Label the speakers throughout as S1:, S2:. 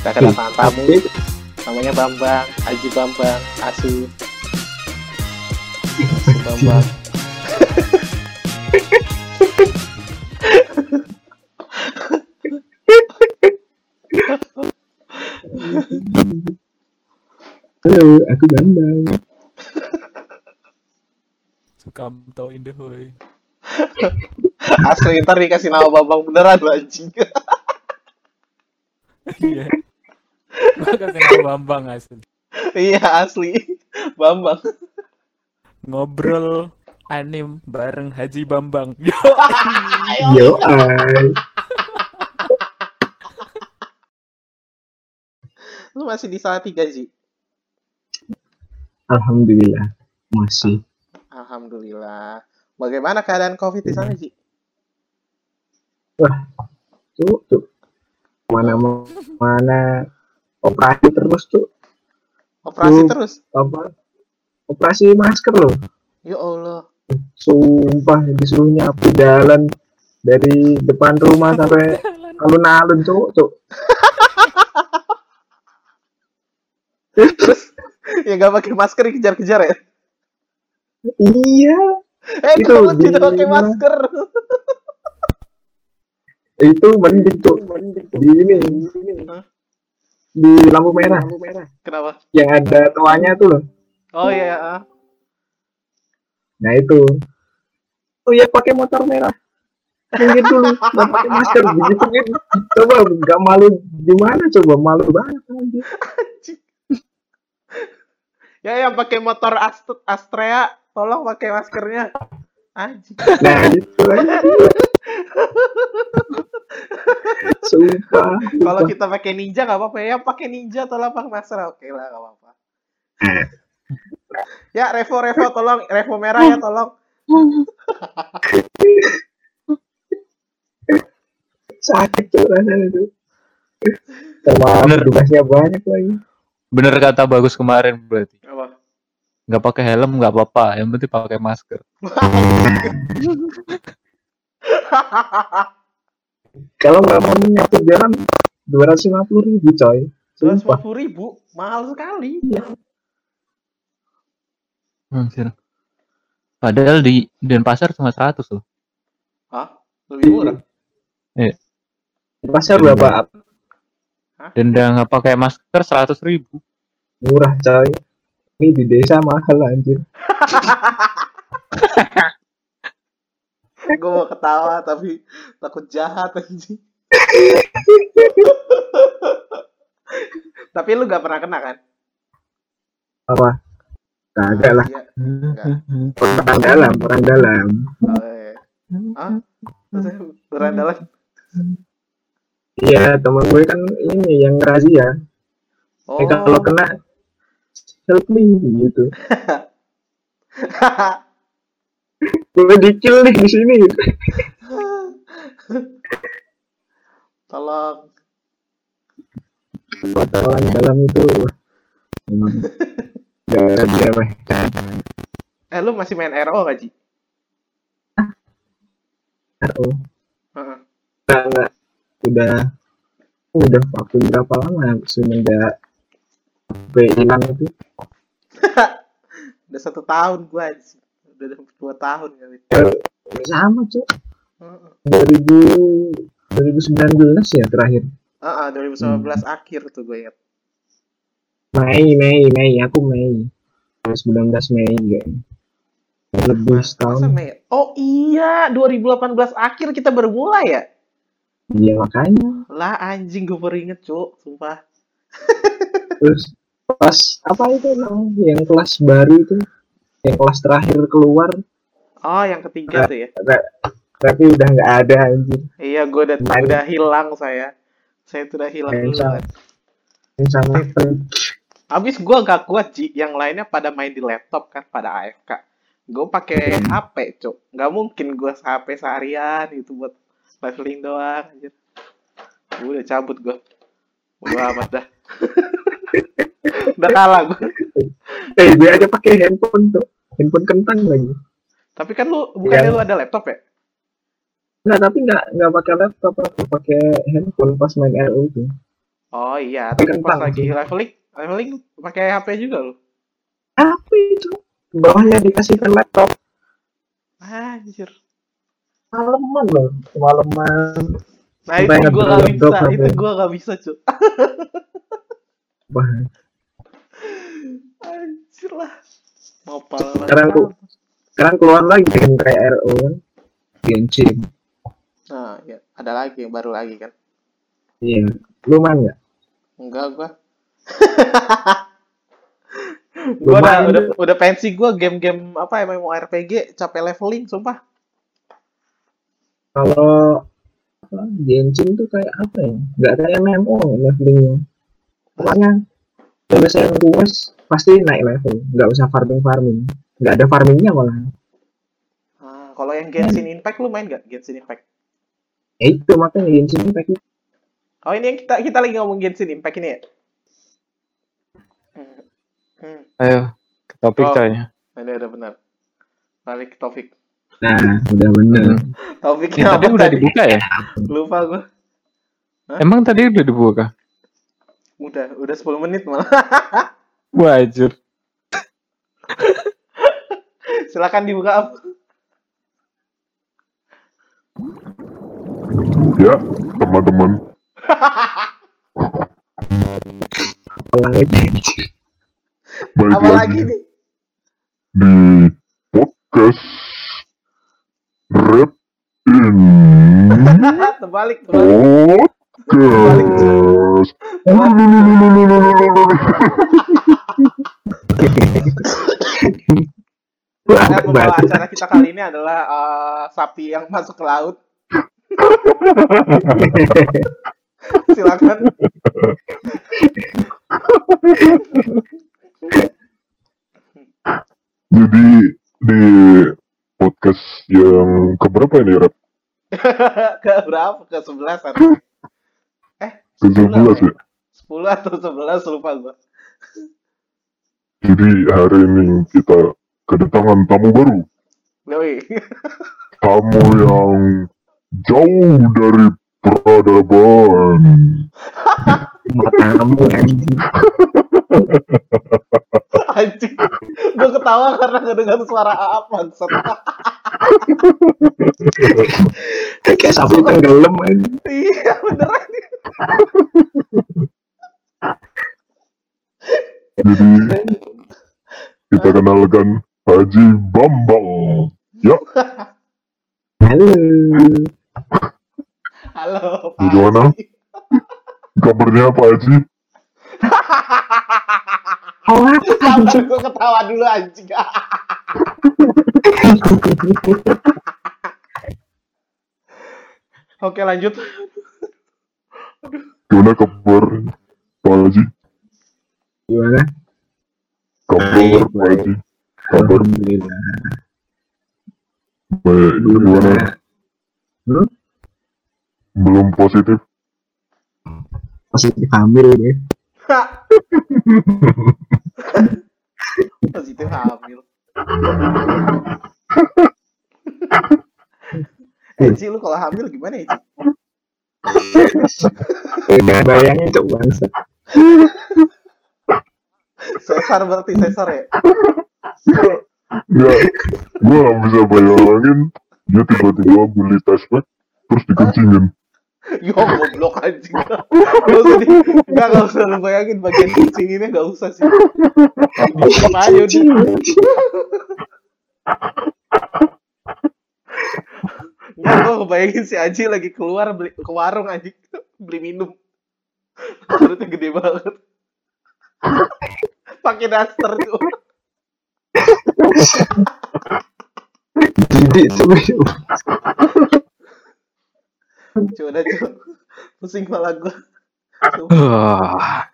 S1: Kita kedatangan tamu namanya Bambang, Haji Bambang, Asu. Asu Bambang.
S2: Halo, aku Bambang.
S3: Suka tau indah hoy.
S1: Asli ntar dikasih nama Bambang beneran lu anjing.
S3: Iya. Gua kasih nama Bambang asli.
S1: iya asli. Bambang.
S3: Ngobrol anim bareng Haji Bambang. Yo.
S2: Yo, ay.
S1: Lu masih di salah tiga sih.
S2: Alhamdulillah masih
S1: Alhamdulillah. Bagaimana keadaan COVID di sana sih?
S2: tuh tuh mana mana operasi terus tuh
S1: Operasi
S2: Hmm.
S1: terus.
S2: apa operasi masker loh
S1: Ya Allah.
S2: sumpah disuruh nyapu jalan dari depan rumah sampai alun-alun tuh tuh
S1: Ya nggak pakai masker dikejar-kejar ya?
S2: iya
S1: Eh,
S2: Itu
S1: kamu tidak
S2: di-
S1: pakai masker.
S2: itu mending tuh di ini
S1: Hah?
S2: di lampu merah
S1: Kenapa?
S2: yang ada toanya tuh loh
S1: Oh iya. ah.
S2: Nah itu. Oh iya pakai motor merah. Minggir dulu, nggak pakai masker begitu kan. Coba nggak malu gimana coba malu banget anjir.
S1: Ya yang pakai motor Ast- Astrea, tolong pakai maskernya. Anjing.
S2: Nah itu aja. Sumpah.
S1: Kalau
S2: sumpah.
S1: kita pakai ninja nggak apa-apa ya. Pakai ninja tolong pakai masker. Oke lah nggak apa-apa.
S2: Iya.
S1: Ya Revo Revo tolong Revo merah ya tolong.
S2: sakit tuh rasanya tuh. Sama
S4: Bener.
S2: tugasnya banyak lagi.
S4: Bener kata bagus kemarin berarti.
S1: Apa?
S4: Nggak pakai helm nggak apa-apa, yang penting pakai masker.
S2: Kalau nggak mau nyapu jalan 250 ribu coy.
S1: Dua
S2: Sumpah.
S1: ribu mahal sekali.
S4: Anjir. Padahal di Denpasar cuma 100 loh.
S1: Lebih murah.
S2: Pasar berapa?
S4: Denda nggak pakai masker 100 ribu.
S2: Murah coy. Ini di desa mahal anjir.
S1: Gue mau ketawa tapi takut jahat anjing. tapi lu gak pernah kena kan?
S2: apa kagak lah
S1: Iya.
S2: perang dalam perang dalam
S1: Oh, iya. Hah? Beran dalam.
S2: iya teman gue kan ini yang razia
S1: Oh.
S2: Eh, kalau kena help me gitu gue dicil nih di sini gitu.
S1: Tolong.
S2: perang dalam itu wah, memang daerah diremehkan
S1: Eh lu masih main RO gak Ji?
S2: oh
S1: Heeh.
S2: enggak enggak udah udah waktu berapa lama semenjak gue hilang itu
S1: Udah satu tahun gua anjing. Udah hampir dua tahun kali.
S2: sama cuy
S1: Heeh.
S2: 2000 2019 ya terakhir
S1: Heeh, 2019 akhir tuh gue ingat.
S2: Mei, Mei, Mei, aku Mei. 19 Mei kayaknya. Lebih
S1: Masa
S2: setahun.
S1: Mei? Oh iya, 2018 akhir kita baru mulai ya?
S2: Iya makanya.
S1: Lah anjing gue baru inget cuk, sumpah.
S2: Terus pas apa itu namanya yang kelas baru itu yang kelas terakhir keluar
S1: Oh yang ketiga tuh ya?
S2: tapi udah nggak ada anjir
S1: Iya gue udah,
S2: Baru.
S1: udah hilang saya. Saya sudah hilang
S2: Baru.
S1: duluan.
S2: yang sama
S1: Abis gua gak kuat Ji, yang lainnya pada main di laptop kan, pada AFK. Gue pakai
S2: Hmm.
S1: HP, cok. Gak mungkin gue HP seharian itu buat leveling doang. Anjir. Gue udah cabut gue. Gue amat dah. udah kalah gue.
S2: eh gue aja pakai handphone tuh handphone kentang lagi
S1: Tapi kan lu bukannya
S2: Iya.
S1: lu ada laptop ya?
S2: nggak tapi nggak nggak pakai laptop aku pakai handphone pas main RO itu
S1: Oh iya, tapi pas
S2: Kentang.
S1: lagi leveling, leveling pakai HP juga lu.
S2: apa itu bawahnya dikasihkan laptop
S1: Anjir.
S2: malaman loh malaman
S1: Nah
S2: Kita
S1: itu
S2: ingat
S1: gue
S2: dulu
S1: gak bisa,
S2: laptop apa
S1: itu
S2: ya?
S1: gue gak bisa cok.
S2: wah
S1: Anjir lah. Mau pala
S2: Sekarang tuh. sekarang keluar lagi kan kayak RO kan Genshin
S1: Nah, ya. ada lagi yang baru lagi kan.
S2: iya lu main nggak
S1: Enggak gua.
S2: Lu
S1: gua udah,
S2: main
S1: udah, udah pensi gua game-game apa MMORPG capek leveling sumpah.
S2: kalau apa, Genshin tuh kayak apa ya nggak kayak MMO levelingnya pokoknya kalau misalnya yang puas pasti naik level nggak usah farming farming nggak ada farmingnya malah
S1: Ah, kalau yang Genshin Impact lu main gak Genshin Impact?
S2: ya itu makanya Genshin Impact itu
S1: Oh, ini yang kita kita lagi ngomong Genshin Impact ini ya. Hmm. Hmm.
S4: Ayo, ke topik
S1: Oh.
S4: coy.
S1: Ada ada benar. Balik ke topik.
S2: nah udah bener
S4: Hmm. Ya,
S1: Topiknya
S4: tadi
S1: apa
S4: udah
S1: tadi?
S4: dibuka ya?
S1: Lupa gua.
S4: Emang tadi udah dibuka?
S1: Udah, udah 10 menit malah.
S4: Wajib.
S1: Silakan dibuka apa?
S5: Ya, teman-teman,
S2: pelang itu
S5: balik
S1: Apa
S5: lagi
S1: lagi nih?
S5: di podcast Rap In
S1: terbalik, terbalik.
S5: Podcast.
S1: Nah, pembawa
S2: Batu.
S1: acara kita kali ini adalah eh, sapi yang masuk ke laut. Silakan.
S5: Jadi di podcast yang keberapa ini Rap?
S1: ke berapa? Ke Eh, 11 atau
S5: Ke 11 ya?
S1: 10 atau 11 lupa gua.
S5: Jadi hari ini kita kedatangan tamu baru.
S1: Gawi.
S5: Tamu yang jauh dari peradaban.
S2: matamu anjing
S1: Anjing. Gua ketawa karena kedengar suara Aap bangsat.
S2: kayak sapi tenggelam kan anjing
S1: iya, beneran.
S5: Jadi kita kenalkan Haji Bambang. Ya,
S2: halo
S1: Halo. Pak.
S5: Gimana? kabarnya Pak Haji?
S2: Awas,
S1: Sabar, gua ketawa dulu anjing. Oke, lanjut.
S5: Gimana kabar Pak Haji?
S2: gimana
S5: Kabar
S2: Baik,
S5: Pak Haji? Kabar
S2: alhamdulillah
S5: baik. Gimana?
S2: Hmm?
S5: Belum positif?
S2: positif hamil ya
S1: positif hamil. eh, Ci, lu kalau hamil gimana ya, Ci?
S2: Nggak bayangin cok bangsa
S1: Sesar berarti sesar ya?
S5: Ya, gua gak bisa bayangin dia tiba-tiba beli flashback terus dikencingin.
S1: Yo, goblok anjing. Gak usah di... Gak, gak usah lu bayangin bagian cincinnya gak usah sih. Diem aja udah. Gak, gua ngebayangin si Aji lagi keluar beli, ke warung anjing. Beli minum. Perutnya gede banget. Pakai daster tuh.
S2: jadi tuh
S1: Coba coba. Pusing kepala gua.
S4: Wah.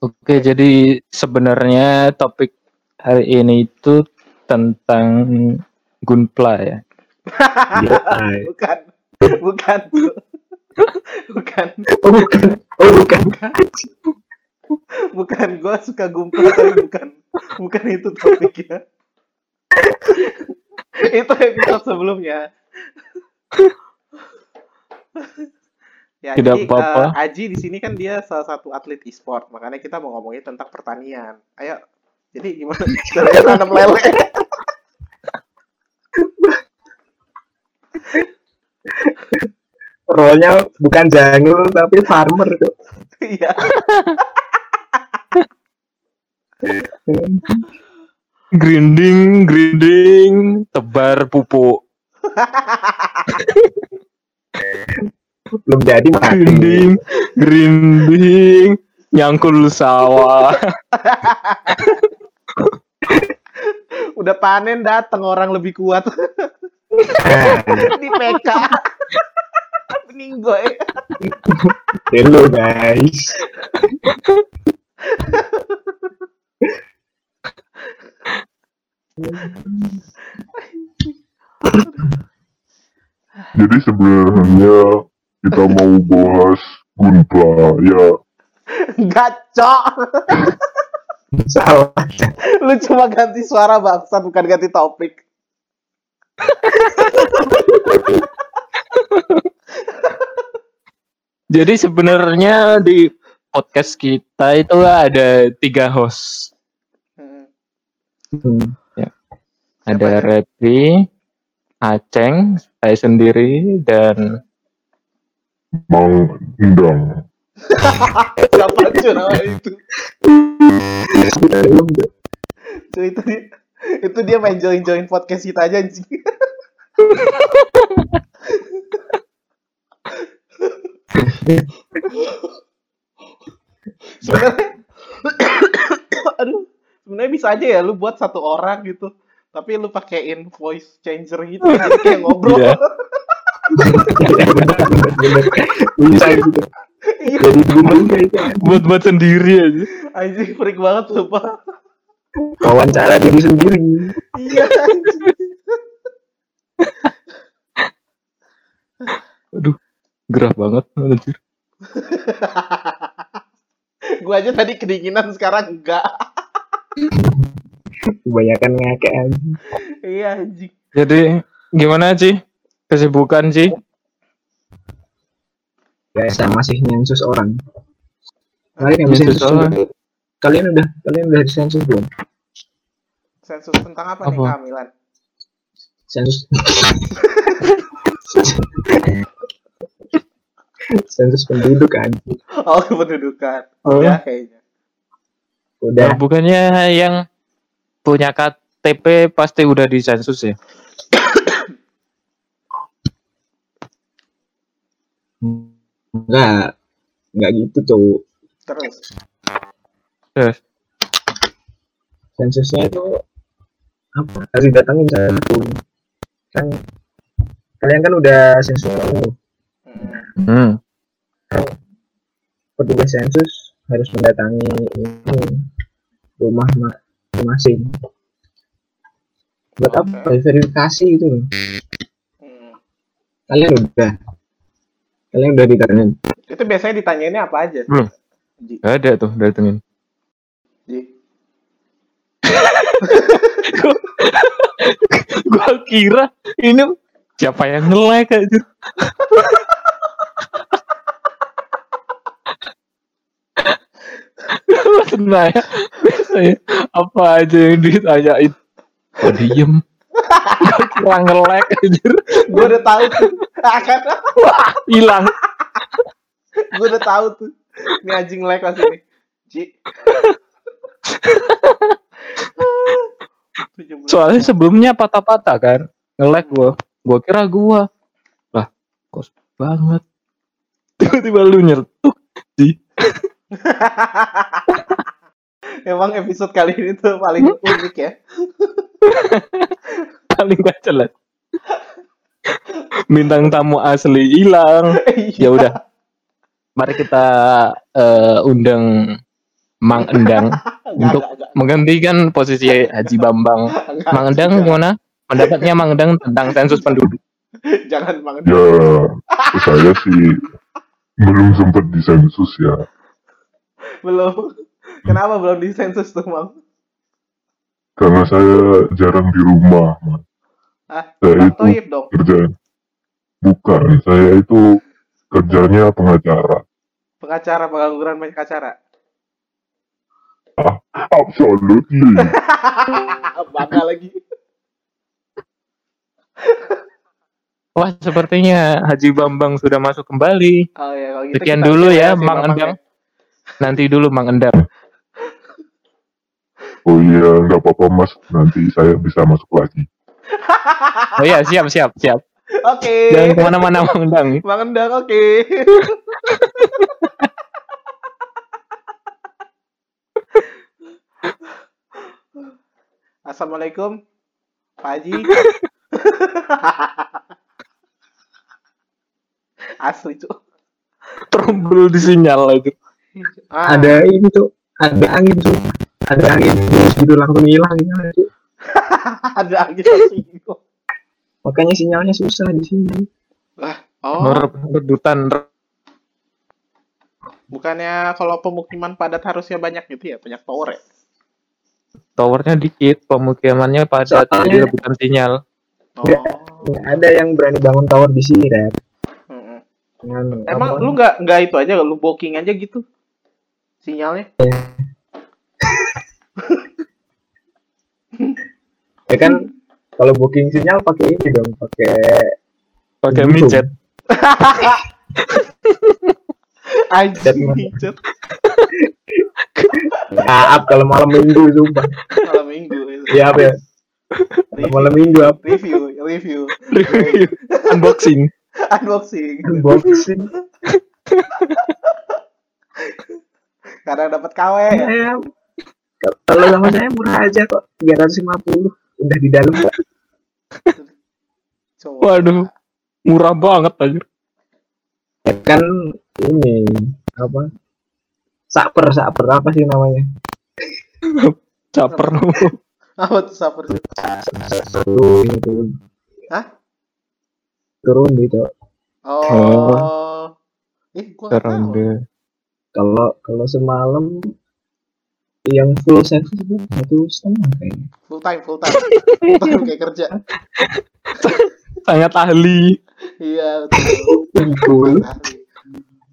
S4: Oke, jadi sebenarnya topik hari ini itu tentang Gunpla ya.
S2: Iya.
S1: bukan bukan bukan
S2: Oh bukan, oh bukan.
S1: bukan gue suka gumpal tapi bukan bukan itu topiknya itu episode sebelumnya ya,
S4: Tidak
S1: jadi,
S4: apa-apa.
S1: eh, Aji di sini kan dia salah satu atlet e-sport makanya kita mau ngomongin tentang pertanian ayo jadi gimana caranya tanam lele
S2: Role-nya bukan jangul tapi farmer tuh.
S1: iya
S4: Grinding, grinding, tebar pupuk.
S2: Belum jadi mati.
S4: Grinding, grinding, nyangkul sawah.
S1: udah panen datang orang lebih kuat
S2: Nah,
S4: Eh.
S1: di PK meninggoy
S2: hello guys.
S5: Jadi sebenarnya kita mau bahas Gunpla ya.
S1: gacok
S2: Salah.
S1: lu cuma ganti suara bangsa bukan ganti topik
S4: Jadi sebenarnya di podcast kita itu ada tiga host.
S2: Hmm.
S4: Ada Repri, Aceng, saya sendiri, dan
S5: Mang Endang.
S1: siapa curawan itu
S2: Belum tuh.
S1: Cuy, itu dia itu dia main join join podcast kita aja anjing sebenarnya aduh sebenarnya bisa aja ya lu buat satu orang gitu tapi lu pakein voice changer gitu jadi kayak ngobrol
S4: Iya.
S2: Bener. Bisa gitu.
S1: Iya,
S2: Jadi gimana itu?
S4: buat-buat sendiri aja.
S1: anjing freak banget lupa
S2: Wawancara diri sendiri.
S1: iya anjing.
S4: Gerah banget. anjir.
S1: gua aja tadi kedinginan sekarang enggak
S2: Kebanyakan ngakek aja.
S1: iya anjing
S4: Jadi gimana sih kesibukan sih?
S2: Ya, saya masih nyensus orang. Kalian yang
S4: Nyensus
S2: sensus
S4: orang.
S2: belum? Kalian udah kalian udah disensus belum?
S1: sensus tentang apa, nih
S4: Apa?
S1: kehamilan
S2: Sensus. sensus penduduk kan.
S1: oh kependudukan
S4: Oh.
S1: ya kayaknya
S4: Nah,
S2: Udah
S4: bukannya yang punya KTP pasti udah disensus ya?
S2: enggak enggak gitu tuh.
S1: terus
S2: Sensusnya itu apa? Harus datangin satu. Kan kalian kan udah sensus tuh.
S1: Mm.
S4: Hmm.
S2: Petugas sensus harus mendatangi ini rumah ma- masing-masing. Buat apa? Verifikasi gitu loh.
S1: Mm.
S2: Kalian udah kalian udah ditanyain
S1: itu biasanya ditanyainnya apa aja
S4: Belum.
S1: Ji,
S4: Gak ada tuh datengin.
S1: Ji.
S4: Gua kira ini siapa yang nge-like anjir. Nah, ya. Biasanya apa aja yang ditanyain? Oh, diem. Gua kira nge-like anjir.
S1: gua udah tahu tuh Ah, akan
S4: Hilang.
S1: gua udah tahu tuh ini anjing like langsung nih Ji.
S4: Soalnya sebelumnya patah-patah kan. Nge-lag gua. Gua kira gua. Lah, kos banget. Tiba-tiba lu nyertuh.
S1: emang episode kali ini tuh paling unik ya
S4: Paling bacelat. Bintang tamu asli Ya hilang. Ya udah. Mari kita eh, undang Mang Endang
S1: Enggak,
S4: Untuk-
S1: enggak, enggak.
S4: menggantikan posisi Haji Bambang.
S1: Enggak,
S4: Mang Endang
S1: jangan,
S4: gimana? Pendapatnya Mang Endang tentang sensus penduduk.
S1: jangan Mang Endang.
S5: Ya, saya sih belum sempat disensus ya.
S1: Belum. Kenapa belum disensus tuh, Mang?
S5: Karena saya jarang di rumah. Mas.
S1: Hah?
S5: Saya
S1: Bang
S5: itu
S1: Toib dong.
S5: kerjaan. Bukan, saya itu kerjanya pengacara.
S1: Pengacara pengangguran pengacara.
S5: Absolutely.
S1: Bangga lagi.
S4: Wah, sepertinya Haji Bambang sudah masuk kembali.
S1: Oh ya, kalau gitu
S4: Sekian
S1: kita
S4: dulu
S1: kira
S4: ya,
S1: si
S4: Mang
S1: Bambang
S4: Endang. Nanti dulu Mang Endang.
S5: Oh iya, nggak apa-apa mas. Nanti saya bisa masuk lagi.
S4: Oh iya, siap, siap, siap.
S1: ya. Oke.
S4: Jangan kemana-mana Mang Endang.
S1: Mang Endang, oke. Assalamualaikum, Pak Haji. Asli cu.
S4: Terumbul di sinyal itu.
S1: Ah,
S2: Ada ini tuh, ada angin tuh, ada angin terus gitu langsung hilang sinyalnya, Cuk.
S1: ada angin tersinggung.
S2: Makanya sinyalnya susah di sini.
S1: Oh,
S4: Nur redutan
S1: bukannya kalau pemukiman padat harusnya banyak gitu ya, banyak tower ya?
S4: towernya dikit, pemukimannya padat,
S2: Soalnya-
S4: jadi rebutan sinyal.
S1: Oh.
S2: Ya. Nggak ada yang berani bangun tower di sini, Red.
S1: Mm-mm.
S2: Dengan
S1: Emang
S2: apa?
S1: lu nggak nggak itu aja lu booking aja gitu sinyalnya?
S2: ya kan kalau booking sinyal pakai ini dong, pakai
S4: Pakai
S2: Gitu.
S4: micet.
S1: Anjir,
S2: Chat.
S1: chat
S2: saat kalau malam minggu sumpah.
S1: malam minggu. itu.
S2: Ya apa ya? Kalau malam minggu apa?
S1: Review, review,
S4: Unboxing.
S1: unboxing.
S2: Unboxing.
S1: Kadang dapat KW ya.
S2: Saya Iya. kalau sama saya murah aja kok, 350 udah di dalam kok.
S1: Cowok.
S4: Waduh. Murah banget anjir.
S2: Ya kan ini apa? Saper, saper apa sih namanya?
S4: Caper lu.
S1: Apa tuh saper?
S2: Turun, turun.
S1: Hah?
S2: Turun gitu.
S1: Oh. Ih, gua nggak tahu.
S4: Ronde.
S2: Kalau kalau semalam yang full service itu satu setengah kayaknya.
S1: Full time, full time. full time kayak kerja.
S4: Sangat ahli.
S1: Iya. betul. Ahli.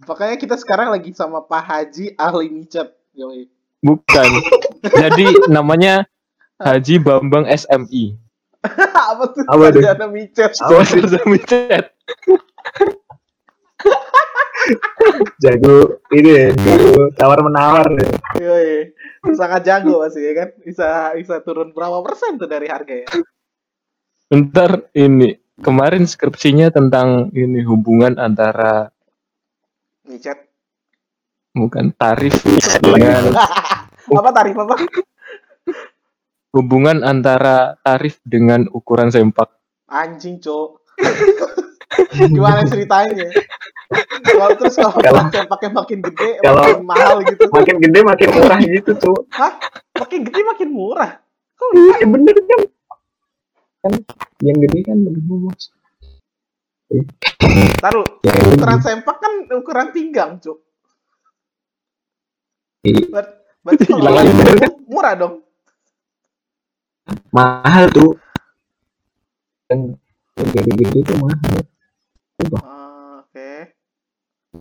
S1: Makanya kita sekarang lagi sama Pak Haji ahli micet. Yoi.
S4: Bukan. Jadi namanya Haji Bambang SMI.
S1: apa tuh?
S2: Apa tuh?
S1: Sarjana micet.
S4: Sponsor micet.
S2: jago ini ya, jago tawar menawar ya.
S1: Yoi. Sangat jago pasti ya kan. Bisa bisa turun berapa persen tuh dari harga ya?
S4: Ntar ini kemarin skripsinya tentang ini hubungan antara
S1: Micet.
S4: bukan tarif dengan
S2: Oh.
S1: apa tarif apa?
S4: hubungan antara tarif dengan ukuran sempak.
S1: Anjing, Cok. Gimana ceritanya? Kalau terus kalau
S2: Kalau-
S1: pakai pakai makin gede,
S2: Kalau-
S1: makin mahal gitu.
S2: makin gede makin murah gitu tuh
S1: Hah? Makin gede makin murah.
S2: iya bener kan kan yang gede kan lebih murah
S1: Taruh,
S2: Ya,
S1: ukuran sempak kan ukuran pinggang, Cok.
S2: Iya.
S1: Ber- Berarti kalau
S4: Hilang
S1: lagi
S2: lagi.
S1: murah, murah dong.
S2: mahal tuh yang yang gede-gede tuh mahal
S1: Ah, Oke,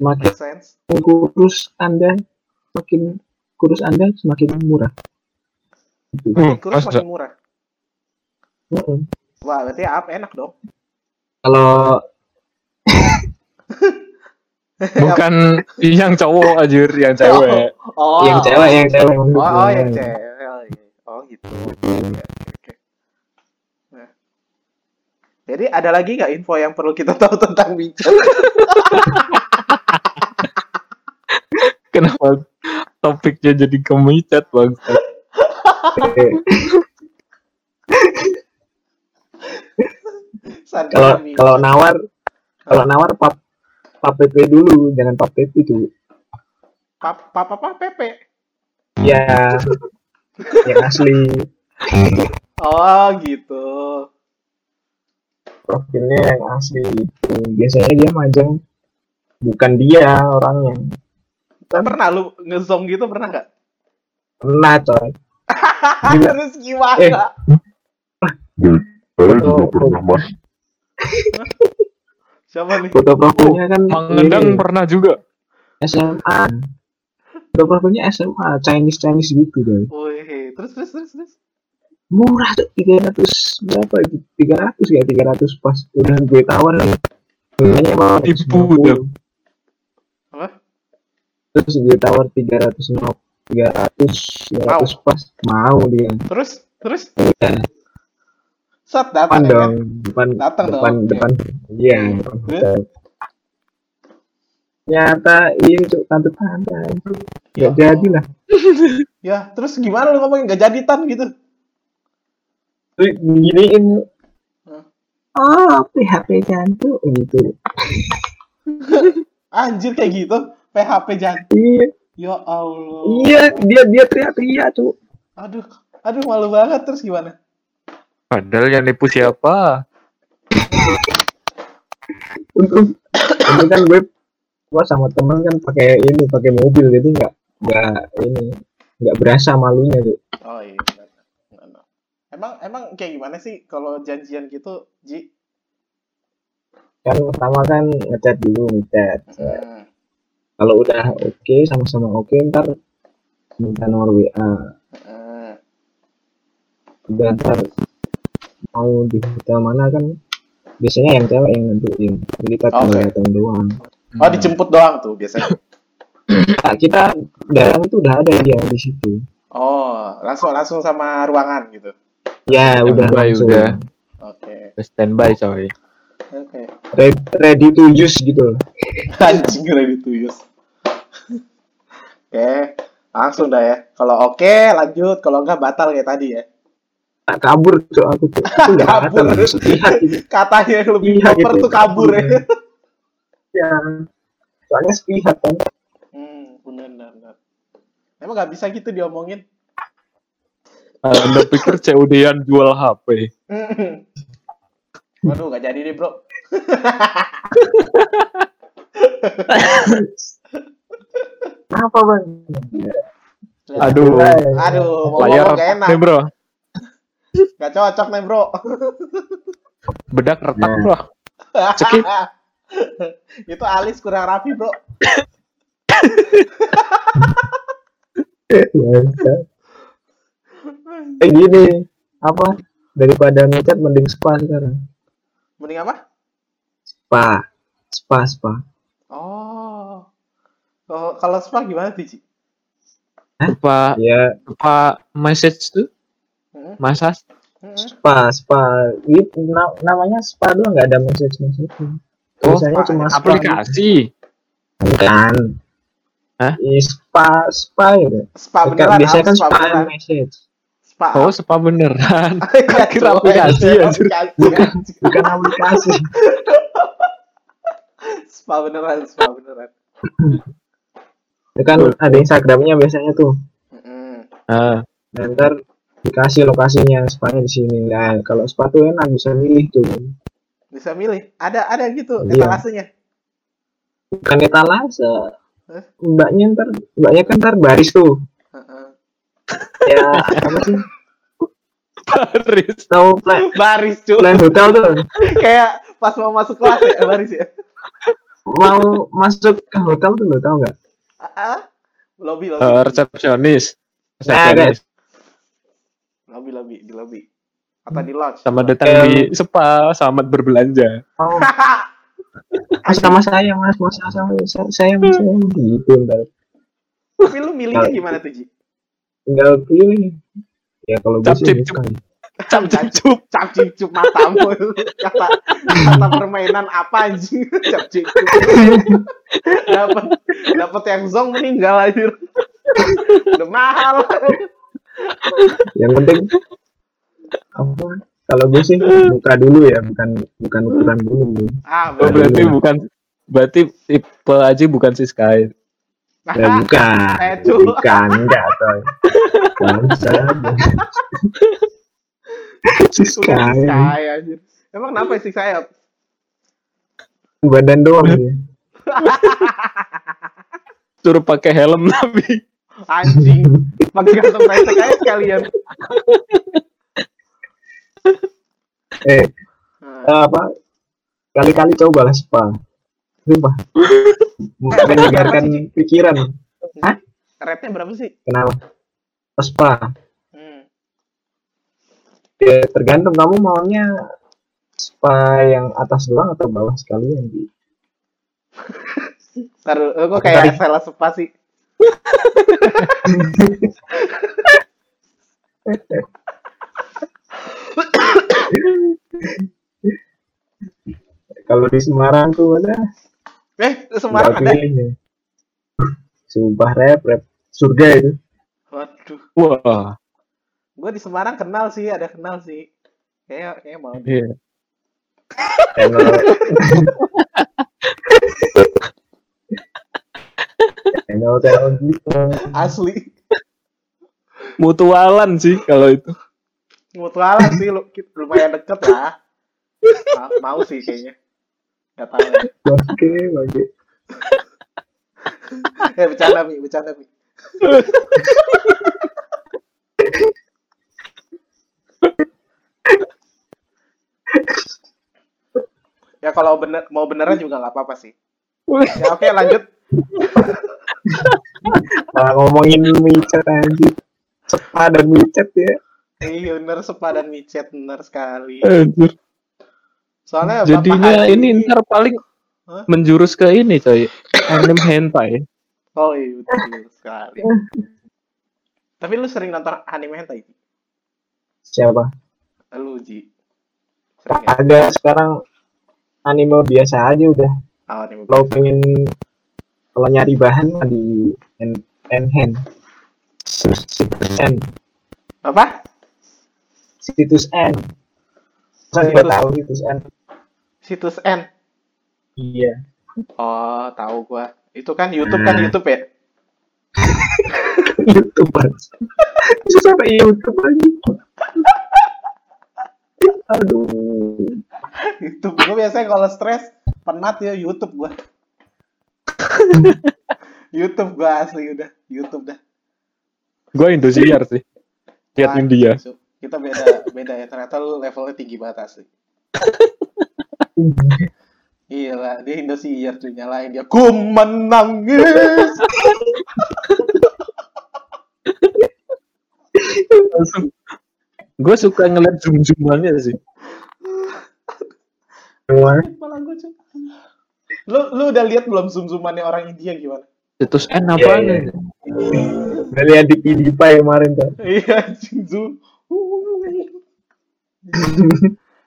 S2: makin
S1: make sense.
S2: kurus anda makin kurus anda semakin murah
S4: Hmm,
S1: Kurus makin
S4: masa?
S1: murah.
S2: Mm-mm.
S1: Wah, berarti up enak dong.
S2: kalau
S4: Bukan yang cowok anjir, yang cewek.
S1: Oh.
S2: yang cewek yang cewek
S1: Oh, oh yang cewek. Oh, gitu. Oke, oke, oke. Nah. Jadi ada lagi nggak info yang perlu kita tahu tentang micet?
S4: Kenapa topiknya jadi ke micet, Bang?
S2: cewek kalau
S1: Sarjana micet.
S2: kalau nawar kalau nawar pap pap PP dulu jangan pap PP itu
S1: Pap, pap, pap, pap, pepe.
S2: ya yang asli
S1: Oh gitu.
S2: profilnya yang asli gitu. biasanya dia majang bukan dia orangnya Kan-
S1: Pernah lu ngezong gitu pernah nggak?
S2: pernah coy Gila.
S1: Terus gimana?
S2: Eh.
S5: Saya juga
S2: Betul.
S5: pernah mas.
S1: Siapa nih?
S2: foto profilnya kan
S4: Mengedang
S2: ini,
S4: pernah juga.
S2: SMA foto profilnya SMA Chinese Chinese gitu deh
S1: Wih, terus terus terus terus.
S2: murah tuh 300 berapa itu 300 ya 300 pas udah gue tawar nilainya mau
S4: Ibu,
S2: 150.
S4: Dap.
S1: Apa?
S2: terus gue tawar 300 mau 300
S1: Mau.
S2: 300 pas mau dia
S1: Terus terus.
S2: Iya.
S1: Sat datang
S2: depan
S1: ya
S2: dong
S1: kan?
S2: depan
S1: Datang
S2: depan
S1: dong.
S2: depan iya depan hotel. nyata ini cuk tante tante
S1: Ya
S2: nggak jadi lah
S1: Ya, terus gimana lu ngomongin gak jadi tan gitu?
S2: Terus giniin
S1: Hah?
S2: oh PHP cantik gitu
S1: Anjir kayak gitu. PHP jangan.
S2: iya
S1: Ya Allah.
S2: iya dia dia teriak teriak tuh
S1: Aduh, aduh malu banget terus gimana?
S4: Padahal yang nipu siapa?
S2: untung untung kan gue gue sama temen kan pakai ini pakai mobil jadi nggak nggak ini nggak berasa malunya tuh
S1: Oh iya. benar. Benar, benar. Emang emang kayak gimana sih kalau janjian gitu, Ji?
S2: kan pertama kan ngechat dulu ngechat
S1: Hmm.
S2: kalau udah oke sama-sama oke ntar minta nomor WA
S1: Hmm.
S2: udah ntar mau di hotel mana kan biasanya yang cewek yang nentuin jadi kita tinggal
S1: Oke.
S2: datang doang
S1: Oh dijemput doang tuh biasanya.
S2: nah, kita dalam itu udah ada dia di situ
S1: Oh, langsung langsung sama ruangan gitu.
S2: ya udah
S4: Standby,
S2: langsung
S4: udah.
S1: Oke.
S4: Standby coy.
S1: Oke.
S2: Re- ready to use gitu loh.
S1: Anjing ready to use. Oke, langsung dah ya. Kalau oke lanjut, kalau enggak batal kayak tadi ya.
S2: tak Nah, kabur tuh aku tuh aku nggak
S1: Kabur.
S2: kabur harus lihat gitu.
S1: Katanya yang lebih
S2: Iya,
S1: proper
S2: gitu.
S1: tuh kabur ya.
S2: ya soalnya sepihak kan
S1: Hmm, benar benar. Emang nggak bisa gitu diomongin.
S4: Anda pikir COD-an jual HP?
S1: Waduh, nggak jadi deh bro.
S2: apa bang
S4: Aduh.
S1: Aduh, mau
S4: Layar
S1: ngomong nggak Oh, enak.
S4: nih bro.
S1: Nggak cocok nih bro.
S4: Bedak retak
S2: Nah.
S4: bro. Cekik.
S1: Itu alis kurang rapi bro.
S2: Ya, Eh gini, apa daripada ngecat mending spa sekarang.
S1: Mending apa?
S2: Spa, spa, spa.
S1: Oh. Kalau kalau spa gimana sih, Ci?
S4: Lupa,
S2: Ya,
S4: lupa message tuh.
S1: Hmm?
S4: Masas.
S1: Hmm?
S2: spa, spa. Ini na- namanya spa doang nggak ada message message.
S4: Oh,
S2: Tulisannya
S1: spa,
S2: cuma spa.
S4: Aplikasi.
S2: Bukan.
S4: Hah?
S2: Ih, spa, spa ya.
S1: Spa Ah, beneran,
S2: biasanya
S1: apa?
S2: kan
S1: spa
S2: spa, ada
S1: beneran.
S2: message.
S1: Spa.
S4: Oh, spa beneran.
S1: Iya,
S4: kira
S1: coy.
S4: aplikasi, anjir.
S1: Bukan.
S2: Bukan aplikasi.
S1: Spa beneran, spa beneran.
S2: Itu kan ada Instagramnya biasanya tuh.
S1: Mm-mm.
S4: Ah,
S2: Dan ntar dikasih lokasinya spanya di sini. Nah, kalau spa tuh enak bisa milih tuh.
S1: Bisa milih. Ada ada gitu
S2: Iya.
S1: etalasenya.
S2: Bukan etalase.
S1: Hah?
S2: Mbaknya ntar, mbaknya kan ntar baris tuh.
S1: Heeh.
S2: ya apa sih
S4: Paris.
S2: tahu plan
S1: Baris cuy.
S2: plan hotel tuh
S1: Kayak pas mau masuk kelas ya, baris ya.
S2: mau masuk ke hotel tuh lo tau nggak
S1: Ah, ah. Lobby, lobby.
S4: Eh, resepsionis.
S2: Nah, ada
S4: Resepsionis.
S1: Lobby, lobby, di lobby. Atau di lodge.
S4: Sama datang di spa, selamat berbelanja.
S2: mau
S1: Ah,
S2: mas sama saya mas mas sama saya mas, saya- saya mas saya gitu ntar
S1: Tapi lu
S4: Nah.
S1: milihnya gimana tuh, Ji?
S2: tinggal pilih ya kalau gue sih
S4: Cap, cip,
S2: bukan
S4: Cap, cap, cup.
S1: cap cicuk matamu kata kata permainan apa anjing cap cicuk dapat dapat yang zong meninggal anjir udah mahal
S2: yang penting apa kalau gue sih buka dulu ya bukan bukan ukuran dulu
S1: ah
S4: Oh,
S1: bener.
S4: berarti bukan berarti tipe aja bukan si Sky.
S2: Ya, bukan.
S1: Eh, Cuk.
S2: bukan, enggak, coy. Bangsat. Sis
S1: Udah
S2: kain.
S1: saya anjir. Emang kenapa sih sayap?
S2: Badan doang ya.
S4: Suruh pakai helm tapi
S1: Anjing. Pakai kantong kresek aja sekalian.
S2: Eh,
S1: Nah,
S2: eh, apa? Kali-kali cobalah spa. Sumpah. Menyegarkan pikiran.
S1: Rate berapa sih?
S2: Kenapa? Spa.
S1: Hmm.
S2: Ya, tergantung kamu maunya spa yang atas doang atau bawah sekalian. Di.
S1: Taruh, eh, kok kayak salah sepa sih?
S2: Kalau di Semarang tuh ada
S1: Eh, Semarang
S2: Nggak
S1: ada.
S2: pilihnya. Sumpah rep, rep. Surga itu.
S1: Waduh,
S4: wah.
S1: gue di Semarang kenal sih, ada kenal sih. Kayaknya, kayaknya mau.
S4: Iya.
S2: Emang. Emang kayak gitu.
S1: Asli.
S4: Mutualan sih kalau itu.
S1: Mutualan sih, lu, ki- lumayan deket lah. Ma- mau sih kayaknya. Gak tau ya.
S2: Oke, oke.
S1: Eh, bercanda, Mi. Bercanda, Mi. ya kalau bener mau beneran juga nggak apa-apa sih. Ya oke lanjut.
S2: Nah, ngomongin micet anjir. Sepa dan micet ya.
S1: Iya bener sepadan micet bener sekali.
S4: Anjir.
S1: Soalnya Bapak
S4: Jadinya
S1: Nah, Haji-
S4: ini ntar paling
S1: Hah?
S4: menjurus ke ini coy. Anime hentai.
S1: Oh iya betul sekali. Tapi lu sering nonton anime hentai?
S2: Siapa?
S1: Lu Ji. Sering ya?
S2: Ada sekarang anime biasa aja udah.
S1: Oh, anime.
S2: Kalau pengen kalau nyari bahan mah di en- enhance situs N
S1: Apa?
S2: situs N saya nggak tahu situs N
S1: Situs N.
S2: iya
S1: Oh, tahu gua. Itu kan YouTube kan YouTube ya?
S2: YouTube aja. Bisa sampai YouTube aja. Aduh.
S1: YouTube. Gue biasanya kalau stres penat ya YouTube gua. YouTube gua asli udah, YouTube dah.
S4: Gue Indosiar sih.
S1: Wah,
S4: Liatin dia.
S1: su- Kita beda beda ya. Ternyata lu levelnya tinggi banget asli. Iya lah, dia Indosiar tuh nyalain dia. Ku menangis.
S4: Gue suka ngeliat zoom zoomannya sih.
S2: Semua
S1: Malah gua cuy. Lu lu udah lihat belum zoom zoomannya orang India gimana?
S4: Situs N apa?
S2: Iya, iya. udah lihat di PewDiePie kemarin tuh.
S1: Iya, anjing, zoom.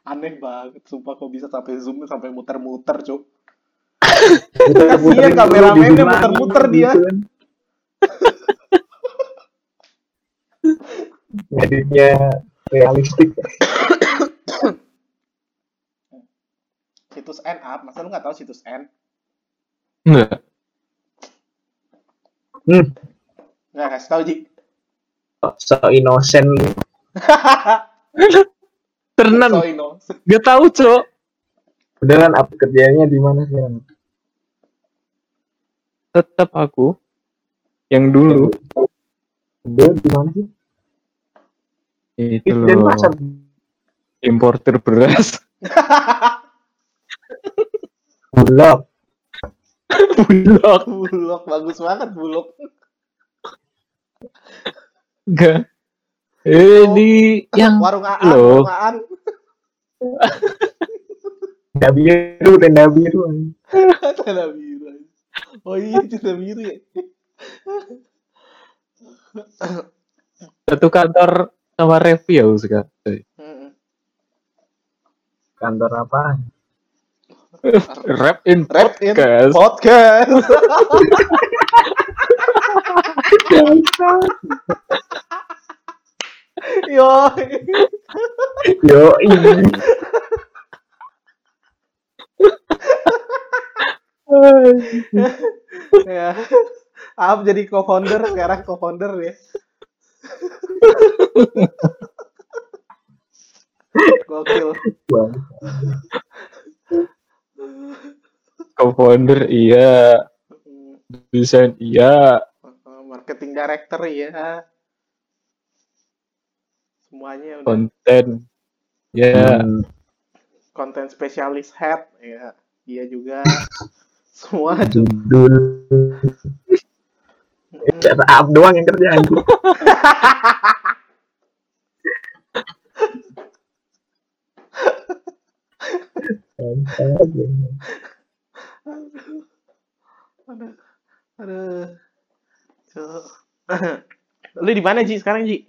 S1: Aneh banget, sumpah kok bisa sampai zoom sampai muter-muter, Cuk.
S2: Muter-muterin
S1: kameramennya
S2: dulu,
S1: Iya, muter-muter
S2: gitu
S1: dia.
S2: kan. Ngeditnya realistik.
S1: Situs N up, masa lu nggak tahu situs N?
S4: Enggak.
S2: Hmm,
S1: Nggak kasih tahu Ji.
S2: so innocent.
S4: Ternan.
S1: so innocent.
S4: Gak tau cok.
S2: Udah kan apa kerjanya di mana sekarang?
S4: Tetap aku. Yang dulu.
S2: Udah di mana sih? Di
S4: Itu loh.
S2: Denpasar.
S4: Importer beras.
S2: Bulog.
S4: Bulog.
S1: Bulog bagus banget bulog.
S4: Enggak. Eh di
S1: Oh,
S4: yang
S1: warung aan,
S4: Loh.
S1: warung aan.
S2: Tenda biru, tenda biru.
S1: Tenda biru. Oh iya, tenda biru ya.
S4: satu kantor sama Revi ya sekarang. coy.
S1: Mm-mm.
S2: Kantor apa?
S4: Rap in
S1: Rap in
S4: podcast.
S1: podcast. Yo.
S2: Yo, ini.
S1: ya. Aap jadi co-founder sekarang co-founder ya. Gokil.
S4: co-founder iya
S1: Hmm,
S4: desain iya
S1: Marketing director ya. Semuanya udah
S4: konten ya
S2: Hmm,
S1: konten spesialis head ya. Iya juga. Semua.
S2: judul
S1: Hmm,
S2: cara up Ya, doang yang kerja anjir.
S1: Aduh. Aduh. Cuk. Lu di mana Ji sekarang Ji?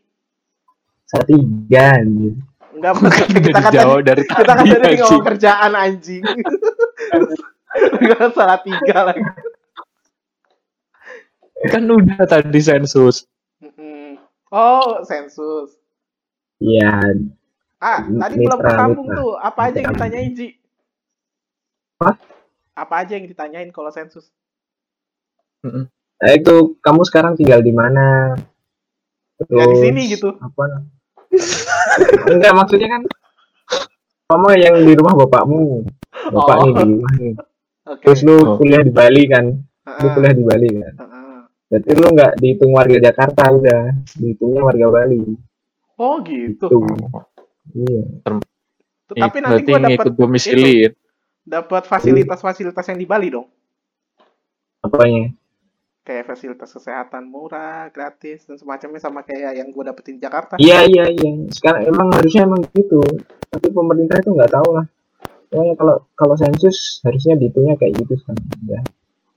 S2: Satiga anjir.
S1: Enggak maksudnya kita
S4: kita dari
S1: kan tadi-
S4: jauh dari
S1: kita kan
S4: tadi
S1: tadi ngomong
S4: anjing.
S1: kerjaan anjing. Enggak salah tiga lagi.
S4: kan udah tadi sensus
S1: Mm-mm. Oh, sensus.
S2: Iya,
S1: Ah, tadi
S2: Mitra,
S1: belum tersambung
S2: mitra.
S1: tuh. Apa aja yang
S2: Mitra.
S1: ditanyain, Ji?
S2: Hah?
S1: Apa aja yang ditanyain kalau sensus?
S2: eh, itu kamu sekarang tinggal di mana?
S1: Ya di
S2: Terus,
S1: sini gitu.
S2: Apa? Enggak maksudnya kan kamu yang di rumah bapakmu. Bapak
S1: Oh.
S2: nih di rumah nih.
S1: Oke. Eh.
S2: Terus lu
S4: Oh.
S2: kuliah di Bali kan? Lu
S1: Heeh,
S2: kuliah di Bali kan?
S1: heeh.
S2: Berarti lu nggak dihitung warga Jakarta udah, dihitungnya warga Bali.
S1: Oh, gitu.
S2: Tuh. Iya.
S1: Tuh, Tapi
S4: Ih,
S1: nanti
S4: Eh, berarti
S1: gua dapat
S4: ngikut domisili
S1: dapat fasilitas-fasilitas yang di Bali dong.
S2: Apanya?
S1: Kayak fasilitas kesehatan murah, gratis dan semacamnya sama kayak yang gua dapetin di Jakarta.
S2: Iya iya iya. Sekarang emang harusnya emang gitu. Tapi pemerintah itu nggak tahu lah. Emang kalau kalau sensus harusnya dihitungnya kayak gitu kan. Udah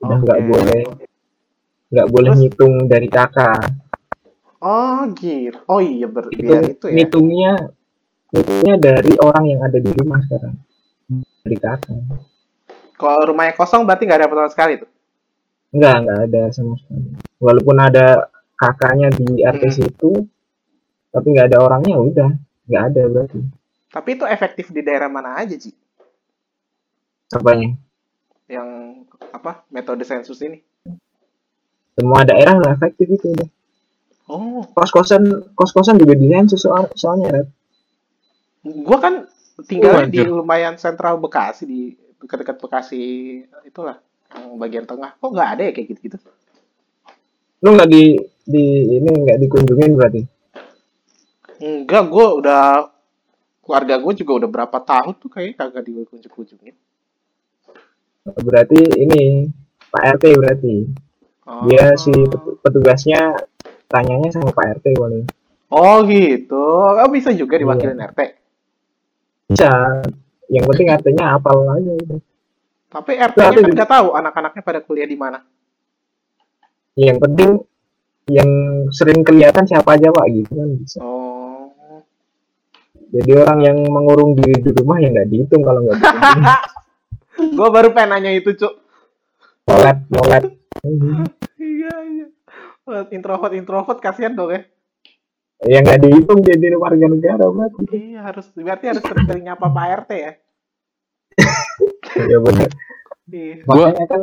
S2: udah nggak
S1: Oke.
S2: boleh nggak boleh
S1: Terus?
S2: ngitung dari kakak.
S1: Oh, gitu. Oh iya, ber-
S2: Hitung,
S1: biar itu ya.
S2: Ngitungnya ngitungnya dari orang yang ada di rumah sekarang. Dari kakak.
S1: Kalau rumahnya kosong berarti nggak dapat sama sekali tuh.
S2: Enggak, enggak ada sama sekali. Walaupun ada kakaknya di artis itu, tapi enggak ada orangnya udah, enggak ada berarti.
S1: Tapi itu efektif di daerah mana aja, Ji?
S2: Apanya?
S1: Yang apa? Metode sensus ini.
S2: Semua daerah lah efektif itu udah.
S1: Oh,
S2: Kos-kosan, kos-kosan juga disensus soal, soalnya, Red.
S1: gua kan tinggalnya di
S4: Wajar.
S1: lumayan sentral Bekasi di dekat-dekat Bekasi itulah yang bagian tengah. Kok nggak ada ya kayak gitu-gitu?
S2: Lu enggak di di ini enggak dikunjungin berarti.
S1: Enggak, gua udah keluarga gue juga udah berapa tahun tuh kayaknya kagak dikunjung-kunjungin.
S2: Berarti ini Pak RT berarti.
S1: Oh.
S2: Dia si pet- petugasnya tanyanya sama Pak RT paling.
S1: Oh gitu. Oh, bisa juga diwakilin RT.
S2: Bisa. Yang penting RT-nya apal aja udah.
S1: Tapi RT-nya
S2: Tapi
S1: kan
S2: juga-
S1: nggak tahu anak-anaknya pada kuliah di mana.
S2: Yang penting yang sering kelihatan siapa aja Pak gitu kan bisa.
S1: Oh.
S2: Jadi orang yang mengurung diri di rumah ya nggak dihitung kalau nggak dihitung.
S1: gue baru pengen nanya itu, Cuk.
S2: Molet, molet.
S1: Iya, iya. Introvert-introvert kasihan dong ya.
S2: Yang Ya nggak dihitung jadi warga negara berarti.
S1: Iya harus berarti harus sering-sering nyapa Pak RT ya.
S2: Ya benar.
S1: Iya.
S4: Gua-
S2: Makanya kan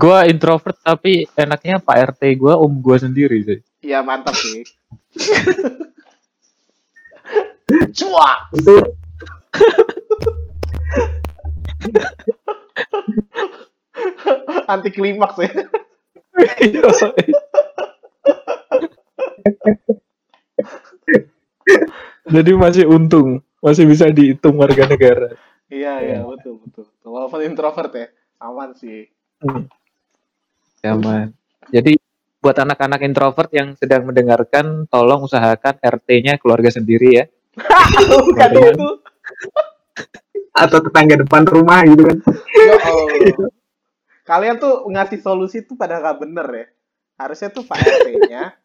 S4: gue introvert tapi enaknya pak rt gue om gue sendiri sih
S1: Iya mantap sih. Cua.
S2: itu
S1: Anti klimaks ya.
S4: jadi masih untung masih bisa dihitung warga negara
S1: Iya iya betul betul. Walaupun introvert ya aman sih.
S4: Aman. Ya, jadi buat anak-anak introvert yang sedang mendengarkan tolong usahakan rt-nya keluarga sendiri ya
S1: Bukan
S4: Kemudian-
S1: itu.
S2: atau tetangga depan rumah gitu kan.
S1: Ya Allah. Kalian tuh ngasih solusi tuh pada nggak bener ya. Harusnya tuh Pak RT-nya.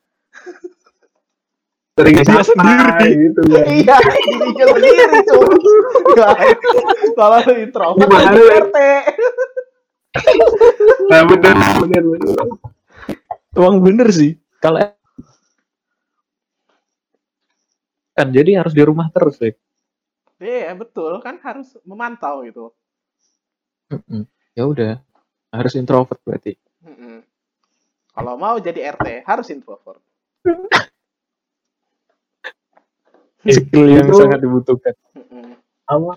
S2: Sering
S4: Dia
S2: sapa
S4: sendiri.
S2: gitu kan.
S1: iya, dirinya sendiri, Cuk. Guys, Kalau lu introvert
S2: Gimana
S1: jadi
S2: lu?
S1: RT.
S2: Nah, benar, benar, benar.
S4: Emang bener sih kalau kan jadi harus di rumah terus ya
S1: Iya, betul kan harus memantau gitu.
S4: ya udah harus introvert berarti
S1: Mm-mm. Kalau mau jadi RT harus introvert.
S4: skill yang
S2: Itu-
S4: sangat dibutuhkan
S1: Mm-mm.
S2: Apa?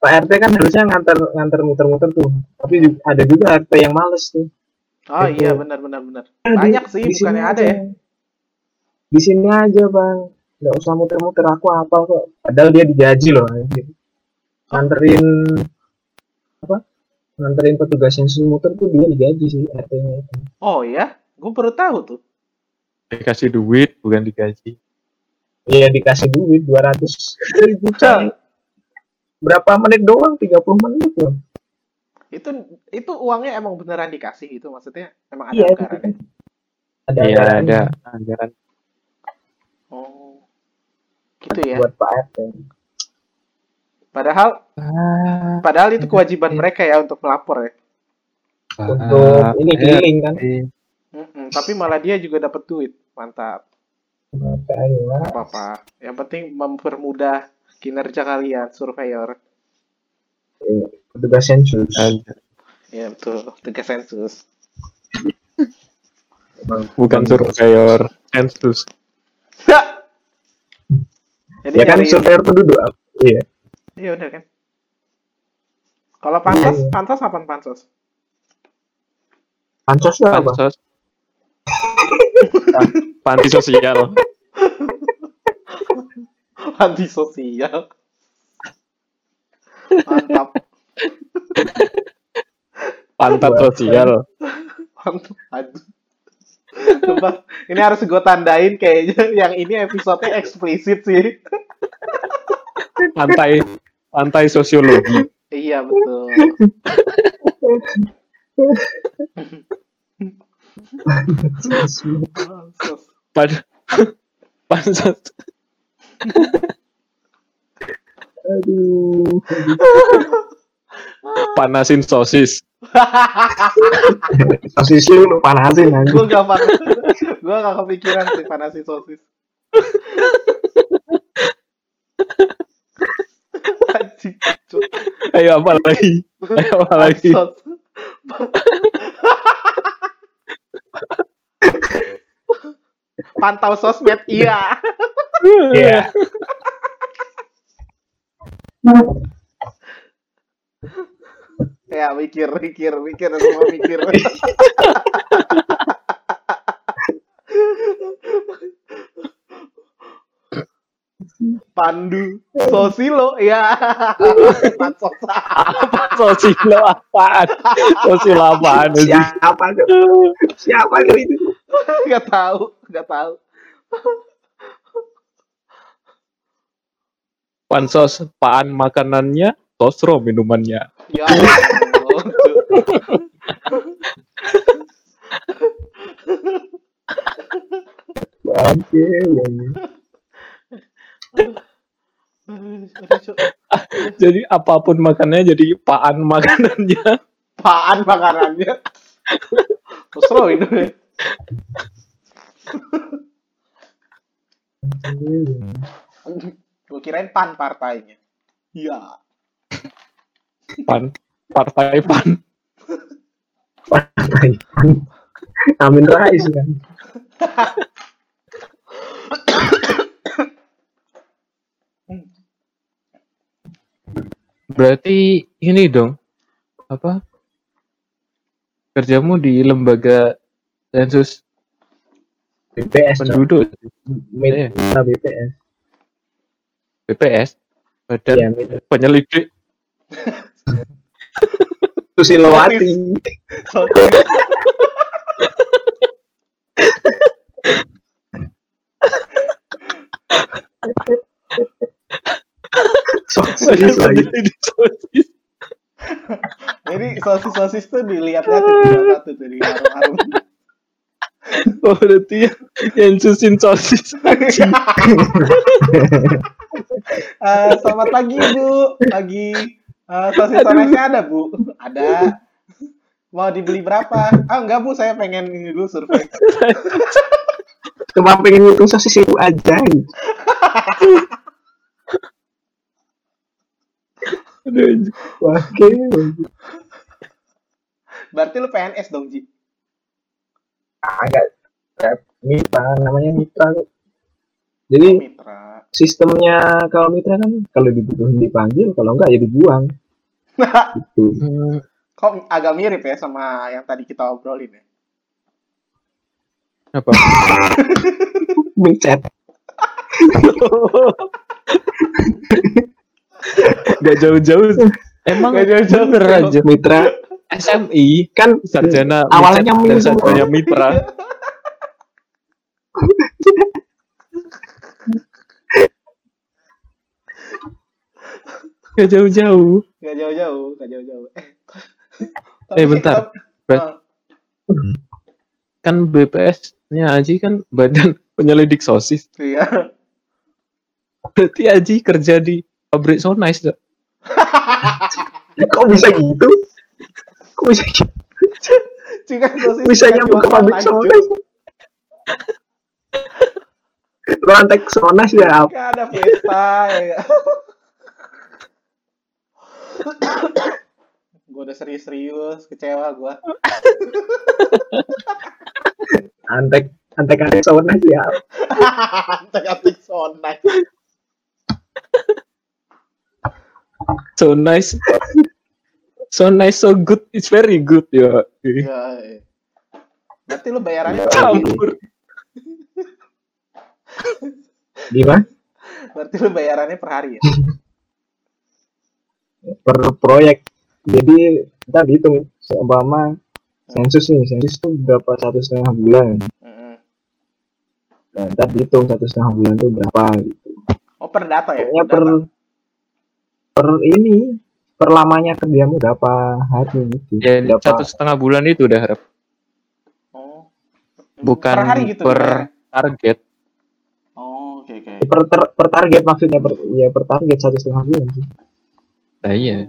S2: Pak RT kan harusnya nganter nganter muter-muter tuh. Tapi ju- ada juga RT yang males tuh.
S1: Oh
S2: Itu.
S1: iya benar benar benar.
S2: Di-
S1: Banyak sih,
S2: di sini
S1: bukannya ada
S2: aja.
S1: ya.
S2: Di sini aja, Bang. Nggak usah muter-muter aku apa kok. Padahal dia digaji loh anjir. Nganterin apa? Nganterin petugas yang suruh muter tuh dia digaji sih RT-nya itu.
S1: Oh ya, gue baru tahu tuh.
S4: dikasih duit bukan digaji
S2: Iya dikasih duit 200 ribu
S1: Cang.
S2: Berapa menit doang? 30 menit loh.
S1: Itu itu uangnya emang beneran dikasih gitu maksudnya emang ada
S2: Iya, itu
S1: anggaran.
S2: kan. Ada
S4: iya
S2: anggaran
S4: ada anggaran
S1: Oh. Gitu ya.
S2: buat Pak RT.
S1: Padahal
S4: Ah,
S1: padahal itu kewajiban mereka ya untuk melapor ya.
S2: Untuk
S4: ah,
S2: ini
S4: iya,
S2: keliling kan.
S4: iya.
S1: Mm-mm. Tapi malah dia juga dapat duit. Mantap.
S2: Makanya
S1: Gak apa-apa. Yang penting mempermudah kinerja kalian surveyor.
S2: petugas sensus.
S4: Ada.
S1: Ya betul. Tugas sensus.
S4: bukan surveyor sensus
S1: Ya. Jadi
S2: Ya kan
S1: nyari-
S2: surveyor penduduk. Iya.
S1: Iya bener kan. Kalau pansos,
S2: Iya, iya.
S1: pansos apa pansos?
S2: Pansos tuh apa?
S4: pansos Ah, panti sosial
S1: Anti sosial. Mantap,
S4: pantat sosial
S1: mantap. Aduh. Sumpah, ini harus gue tandain kayaknya yang ini episode-nya eksplisit sih.
S4: pantai pantai sosiologi
S1: Iya betul. Pansos.
S4: Pad- pansos
S2: Aduh.
S4: panasin sosis
S2: Sosis lu lu panasin
S1: gue
S2: anjir.
S1: gak panas, gue gak kepikiran sih panasin sosis. Anjing, cuk.
S4: ayo apa lagi ayo apa lagi
S1: Pansos. Pantau sosmed, iya.
S2: Iya.
S1: Ya, mikir, mikir, mikir, semua mikir. Pandu, sosilo, ya. Pansos.
S4: sosilo apaan sosilo apaan sih
S2: Siapa tuh? Siapa tuh itu?
S1: Gak tahu, gak tahu.
S4: pansos paan makanannya tosro minumannya
S1: Ya Allah. Cuk.
S2: Oke.
S1: Aduh, cuk.
S4: jadi apapun makanannya jadi paan makanannya
S1: Apaan makanannya? Terserah itu ya. Gue kirain pan partainya. Iya.
S4: pan partai pan
S2: Amin Rais kan.
S4: berarti ini dong apa kerjamu di lembaga sensus
S2: BPS. Penduduk.
S4: penduduk
S2: Mitra BPS.
S4: BPS
S2: Iya,
S4: badan
S2: Mitra.
S4: penyelidik
S2: Susilowati. Sosis lagi.
S4: Penyelidik sosis.
S1: Jadi sosis-sosis tuh dilihat-lihat di tinggal satu tuh di warung-warung.
S4: oh berarti yang, yang susin sosis
S1: Eh, selamat pagi, Bu. Pagi. Eh, sosis soresnya ada, Bu? Ada. Mau dibeli berapa? Ah, enggak, Bu. Saya pengen ini dulu survei.
S2: Cuma pengen ngitung sosis itu aja.
S4: Aduh,
S2: Oke.
S1: Berarti lu PNS dong, Ji.
S2: agak kayak mitra namanya mitra kok. jadi
S1: Mitra.
S2: sistemnya kalau mitra kan kalau dibutuhin dipanggil kalau enggak ya dibuang gitu
S4: Hmm,
S1: Kok agak mirip ya sama yang tadi kita obrolin ya?
S4: apa
S2: mencet
S4: nggak jauh-jauh emang
S1: Nggak jauh-jauh.
S4: bener aja
S2: mitra
S4: SMI
S2: kan
S4: sarjana
S2: Awalnya
S4: mitra, dan
S2: mitra.
S4: sarjana mitra nggak jauh-jauh
S1: Gak jauh-jauh, gak jauh-jauh. Eh,
S4: Eh, bentar.
S1: tapi- oh,
S4: kan BPS-nya Aji kan badan penyelidik sosis
S1: Iya.
S4: berarti Aji kerja di pabrik so nice Dok.
S2: kok bisa gitu kok bisa gitu?
S1: Juga sosis
S2: bisa
S1: juga
S2: nyambung ke
S1: jualan
S2: pabrik
S1: lanjut.
S2: sonas rantai sonas ya
S1: Gak ada pesta ya. gue udah serius-serius, kecewa gue.
S2: antek antek antek sonas ya
S1: Antek-antek sonai.
S4: so nice so nice so good it's very good ya
S1: Iya. iya. Berarti lu bayarannya
S4: campur
S2: gimana
S1: berarti lu bayarannya per hari ya?
S2: per proyek jadi kita dihitung seumpama sensus nih sensus tuh berapa satu setengah bulan
S1: Mm-mm.
S2: nah, kita dihitung satu setengah bulan tuh berapa gitu.
S1: Oh per data ya?
S2: pokoknya Iya, per per ini perlamanya kerjamu berapa hari gitu
S4: ya
S2: berapa
S4: satu setengah bulan itu udah harap
S1: Oh.
S4: bukan
S1: per hari gitu.
S4: per
S1: bayarnya?
S4: target
S1: Oh, oke oke.
S2: Eh, per, ter- per target maksudnya per, ya per target satu setengah bulan sih
S4: nah iya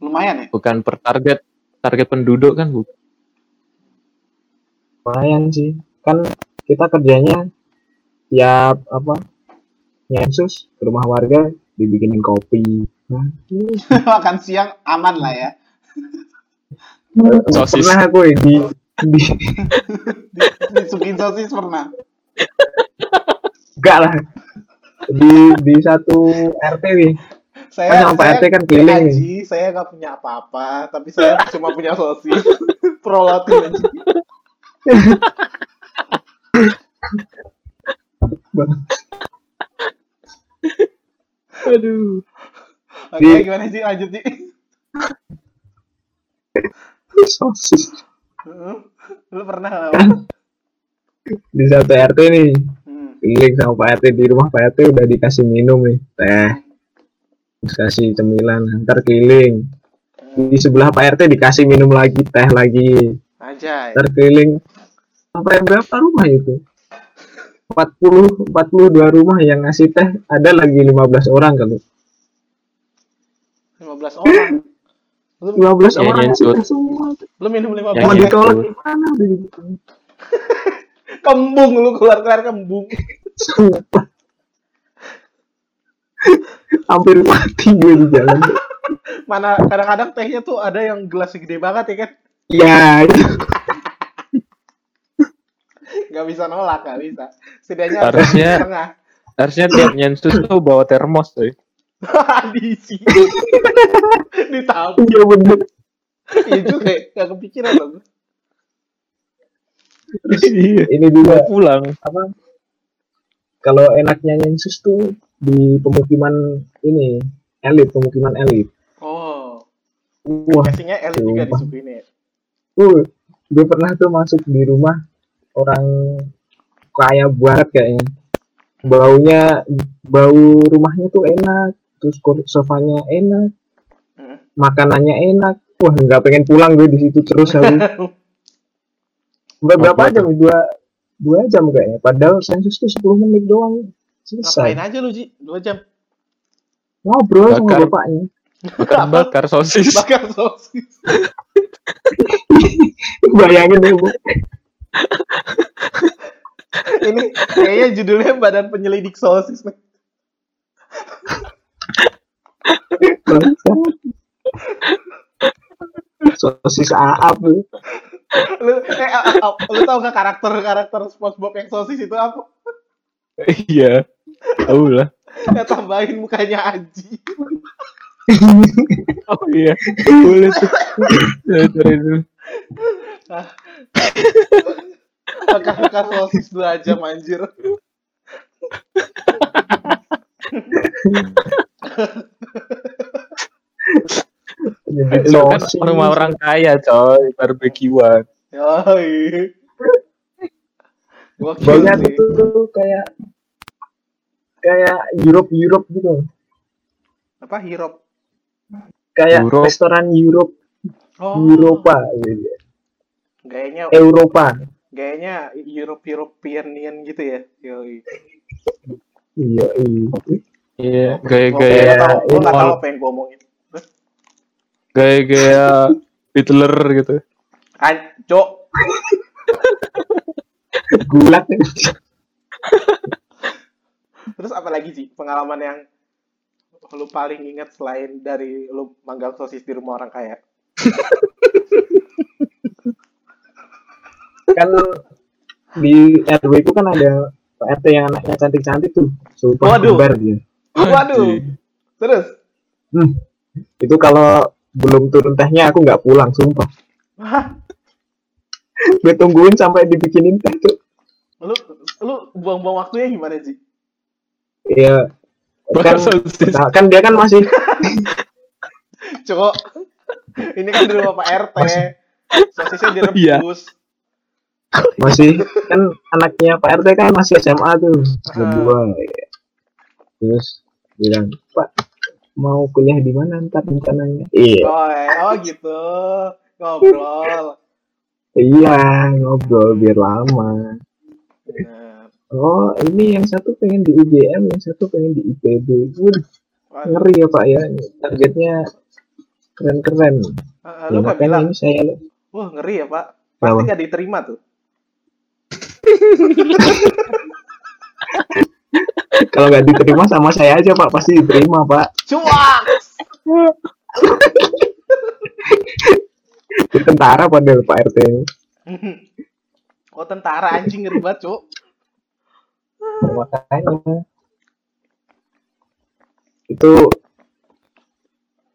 S1: Lumayan ya?
S4: bukan per target target penduduk kan bu
S2: lumayan sih kan kita kerjanya tiap apa nyensus ke rumah warga dibikinin kopi nah,
S1: Makan siang aman lah ya.
S4: Sosis.
S2: pernah aku ya di, di
S1: Disukin sosis pernah.
S2: enggak lah di di satu RT nih
S1: Saya
S2: kan yang Pak RT kan keliling nih
S1: Haji, saya nggak punya apa-apa, tapi saya cuma punya sosis. Prolatin aja.
S4: aduh
S1: Oke,
S2: Di-
S1: gimana sih lanjut sih?
S2: sosis
S1: lu pernah nggak?
S2: Kan? di satu RT nih
S1: Hmm.
S2: keliling Iya, sama Pak RT di rumah Pak RT udah dikasih minum nih teh dikasih cemilan ntar keliling di sebelah Pak RT dikasih minum lagi teh lagi
S1: Anjay.
S2: ntar keliling sampai berapa rumah itu 40 42 rumah yang ngasih teh ada lagi 15 orang kali
S1: 15 orang. Lu,
S2: 15
S4: Iya,
S2: orang
S4: iya,
S2: ngasih
S4: Sur.
S2: teh semua
S1: lu minum 15
S4: Iya,
S2: mau
S4: iya,
S2: ditolak
S4: Sur.
S2: gimana udah gitu
S1: kembung lu keluar-keluar kembung.
S2: Sumpah. hampir mati gue di jalan
S1: Mana kadang-kadang tehnya tuh ada yang gelas gede banget ya kan.
S2: ya itu
S1: Gak bisa nolak, gak bisa. Setidaknya
S4: Harusnya-
S1: di tengah.
S4: harusnya tiap nyensus tuh bawa termos tuh
S1: Diisi. Ditabung.
S2: iya bener
S1: Iya juga ya. Gak kepikiran loh. gua.
S4: iya
S2: ini juga
S4: pulang
S2: apa kalau enaknya nyensus tuh di pemukiman ini elit pemukiman elit
S1: Oh.
S2: wah
S1: Casingnya elit juga
S2: Sumpah.
S1: disuguhin ya.
S2: uh, gue pernah tuh masuk di rumah orang kaya barat kayaknya baunya bau rumahnya tuh enak terus kur- sofanya enak
S1: Hmm.
S2: makanannya enak wah nggak pengen pulang gue di situ terus aku Ber- berapa
S4: Apa tuh?
S2: jam dua dua jam kayaknya padahal sensus tuh 10 menit doang selesai
S1: Ngapain aja lu Ji? Dua jam.
S2: ngobrol sama
S4: Bakar.
S2: bapaknya
S4: bakar bakar sosis
S1: Bakar sosis.
S2: bayangin deh bu
S1: Ini kayaknya judulnya Badan Penyelidik Sosis nih.
S2: Bangsat. sosis aap lu
S1: lu, eh, a- a- a- lu tau gak karakter karakter SpongeBob yang sosis itu apa?
S4: Iya. Tahu lah.
S1: Ya, tambahin mukanya Aji.
S4: Oh iya. Boleh tuh. Saya cari dulu.
S1: Kakak-kakak sosis dua jam anjir.
S2: Jadi
S4: Itu kan
S2: sosis.
S4: rumah orang kaya coy, barbekyuan.
S1: Yoi. Gokil
S2: banyak
S1: sih.
S2: itu tuh kayak kayak Europe Europe gitu
S1: Apa Hirop?
S2: kayak
S4: Europe.
S2: restoran Europe
S1: Oh.
S2: Europa gitu.
S1: Gayanya
S2: Europa
S1: gayanya Europe Europeanian gitu ya. Yoi.
S2: iya iya
S4: Iya,
S1: Gua
S4: gaya-gaya
S1: nggak tahu- gua nggak tahu
S4: Mall.
S1: apa yang gua omongin.
S4: gaya-gaya Hitler gitu.
S1: Anco.
S2: gulat
S1: Terus apa lagi sih pengalaman yang lu paling ingat selain dari lu manggang sosis di rumah orang kaya?
S2: kan di RW itu kan ada RT yang anaknya cantik-cantik tuh sumpah
S1: Waduh.
S2: kembar dia Hmm.
S1: Waduh. Terus
S2: itu kalau belum turun tehnya aku nggak pulang sumpah
S1: Hah?
S2: gue tungguin sampai dibikinin teh tuh
S1: lu lu buang-buang waktunya gimana sih?
S2: ya kan,
S4: Bakar sosis.
S2: nah, kan dia kan masih
S1: Cok. Ini kan di rumah Pak RT. Sosisnya direbus.
S2: masih kan anaknya Pak RT kan masih SMA tuh berdua ya. terus bilang Pak mau kuliah di mana ntar rencananya iya
S1: Oh, eh, oh gitu. Ngobrol.
S2: iya ngobrol biar lama
S1: Bener.
S2: oh ini yang satu pengen di UGM yang satu pengen di IPB Waduh,
S1: Wah,
S2: ngeri ya Pak ya targetnya keren-keren
S1: eh,
S2: ya,
S1: Lu kok
S2: makanya
S1: bilang,
S2: ini saya
S1: wah ngeri ya Pak. Pasti
S2: Kenapa?
S1: nggak diterima tuh.
S2: kalau nggak diterima sama saya aja Pak pasti diterima Pak
S1: Cuak!
S2: Di tentara padahal Pak RT
S1: Oh tentara anjing ngeri banget Cuk.
S2: makanya itu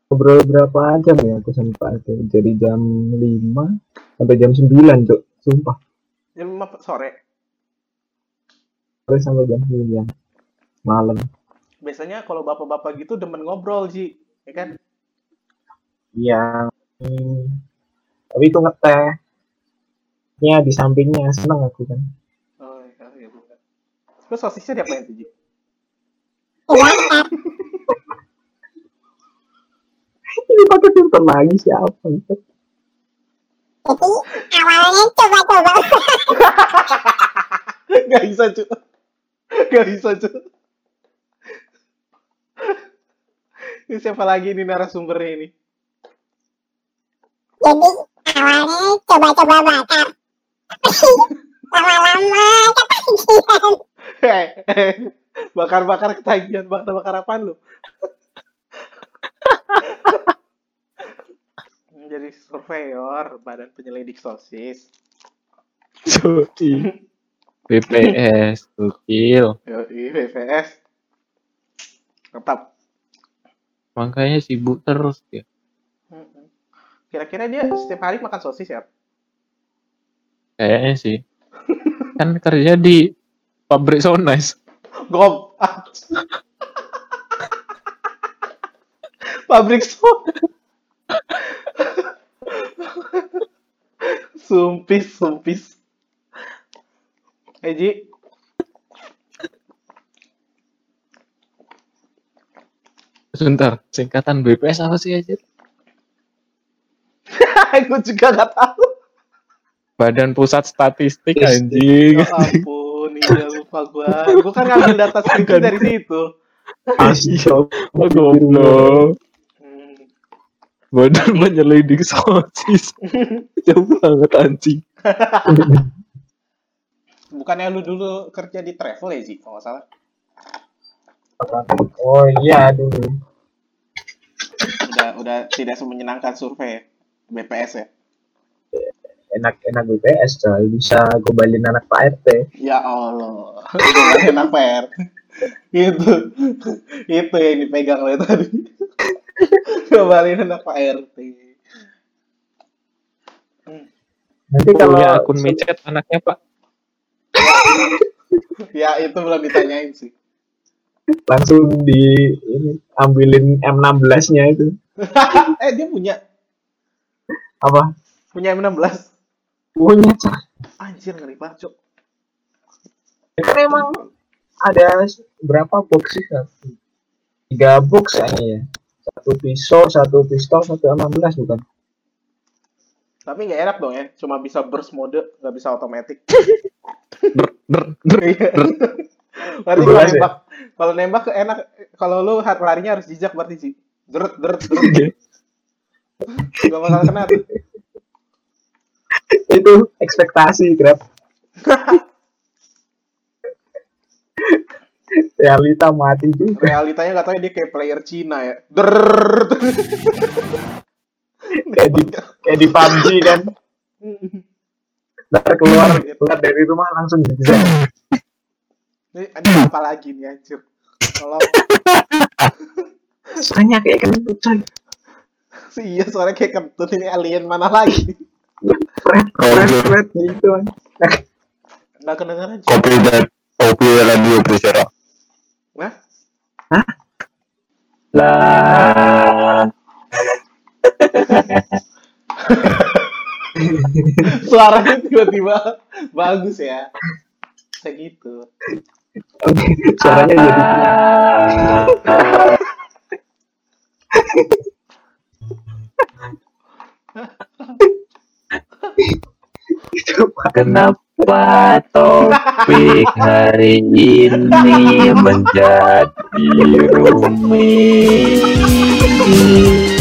S2: ngobrol berapa jam ya aku sama Pak Aceh dari jam 5 sampai jam 9 tuh sumpah
S1: Jam 5 Ya, sore.
S2: terus sampai jam 9 malam
S1: Biasanya kalau bapak-bapak gitu demen ngobrol Ji. Ya kan?
S2: iya Hmm. tapi itu ngeteh nya di sampingnya seneng aku kan
S1: Oh iya. iya, iya. Terus sosisnya diapain tuh Ji?
S2: ini pakai filter lagi siapa itu
S6: Jadi awalnya coba-coba
S1: Gak bisa Cuk. Gak bisa Cuk. Ini siapa lagi ini narasumbernya ini?
S6: Jadi awalnya coba-coba bakar Lama-lama ketagihan
S1: Hehehe. Bakar-bakar ketagihan, bakar-bakar apaan lu? Jadi surveyor badan penyelidik sosis.
S4: Cuy. BPS gokil.
S1: Yoi, BPS. Tetap.
S4: Makanya sibuk terus ya.
S1: Mm-mm. Kira-kira dia setiap hari makan sosis ya?
S4: Kayaknya sih. Kan kerja di pabrik Sonais.
S1: Gob. Pabrik so. sumpis, sumpis. Eji,
S4: Sebentar, singkatan BPS apa sih aja?
S1: gue juga gak tahu.
S4: Badan Pusat Statistik
S2: Yes.
S4: anjing.
S1: Ya ampun, iya lupa gue. Gue kan ngambil data skripsi dari situ.
S2: Ah, Asyik.
S4: Oh, goblok.
S1: Hmm.
S4: Badan penyelidik sosis. Jauh banget anjing.
S1: Bukannya lu dulu kerja di travel ya, Ji? Kalau nggak salah.
S2: oh iya dulu
S1: Udah, udah tidak semenyenangkan survei ya? BPS ya?
S2: enak-enak BPS coy bisa gobalin anak Pak RT
S1: Ya Allah, itu nggak enak PR. itu, itu yang dipegang oleh tadi. Kembaliin anak Pak RT.
S2: nanti kalau
S4: punya akun micet anaknya pak
S1: Ya itu belum ditanyain sih.
S2: langsung di ini, ambilin M16 nya itu
S1: eh dia punya,
S2: apa
S1: punya M16.
S2: punya coy
S1: Anjir ngeri banget cok.
S2: kan emang ada berapa box sih Kak? tiga box
S4: Iya,
S2: kayaknya ya satu pisau satu pistol satu M16 bukan
S1: Tapi nggak enak dong ya, cuma bisa burst mode, nggak bisa otomatis.
S4: Ber-
S1: Iya. berarti kalau
S2: Belas ya?
S1: nembak, kalau nembak enak, kalau lu har- larinya harus jejak berarti sih. Deret, deret,
S4: Iya.
S1: deret. Gak bakal kena tuh.
S2: itu ekspektasi grab realita mati juga
S1: realitanya katanya dia kayak player Cina ya. Drrrr.
S2: kayak di, kayak di PUBG kan ntar keluar keluar dari rumah langsung bisa
S1: Ini ada apa lagi nih anjir. Kalau
S2: soalnya kayak kentut coy
S1: sih iya suaranya kayak kentut ini alien mana lagi.
S2: pret
S4: Oh,
S2: pret
S4: iya.
S2: pret gitu kan
S1: Nggak kedengeran sih.
S5: Kopi dan kopi radio Prisera.
S1: Nah,
S4: lah
S1: suaranya tiba-tiba bagus ya. Kayak gitu.
S2: Oke, suaranya jadi itu Pak.
S4: kenapa topik hari ini menjadi rumit